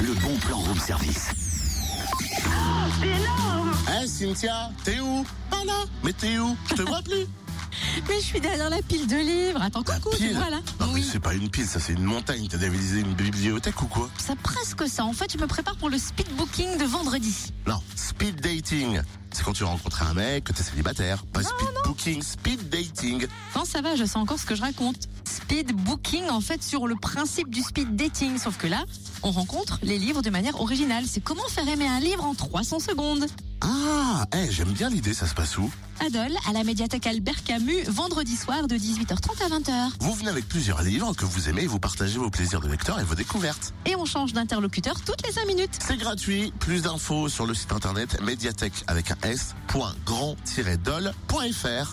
le bon plan room service. Ah, C'est énorme Hein, Cynthia T'es où Ah là Mais t'es où Je te vois plus Mais je suis derrière la pile de livres. Attends, La coucou, tu pile vois là Non, mais Oui, c'est pas une pile, ça, c'est une montagne. T'as dévisé une bibliothèque ou quoi c'est presque ça. En fait, je me prépare pour le speed booking de vendredi. Non, speed dating. C'est quand tu rencontres un mec, que t'es célibataire. Pas speed booking, speed dating. Non, ça va, je sais encore ce que je raconte. Speed booking, en fait, sur le principe du speed dating. Sauf que là, on rencontre les livres de manière originale. C'est comment faire aimer un livre en 300 secondes. Ah, eh, j'aime bien l'idée, ça se passe où Adol, à la médiathèque Albert Camus, vendredi soir de 18h30 à 20h. Vous venez avec plusieurs livres que vous aimez et vous partagez vos plaisirs de lecteur et vos découvertes. Et on change d'interlocuteur toutes les 5 minutes. C'est gratuit. Plus d'infos sur le site internet médiathèque avec un s.grand-dol.fr.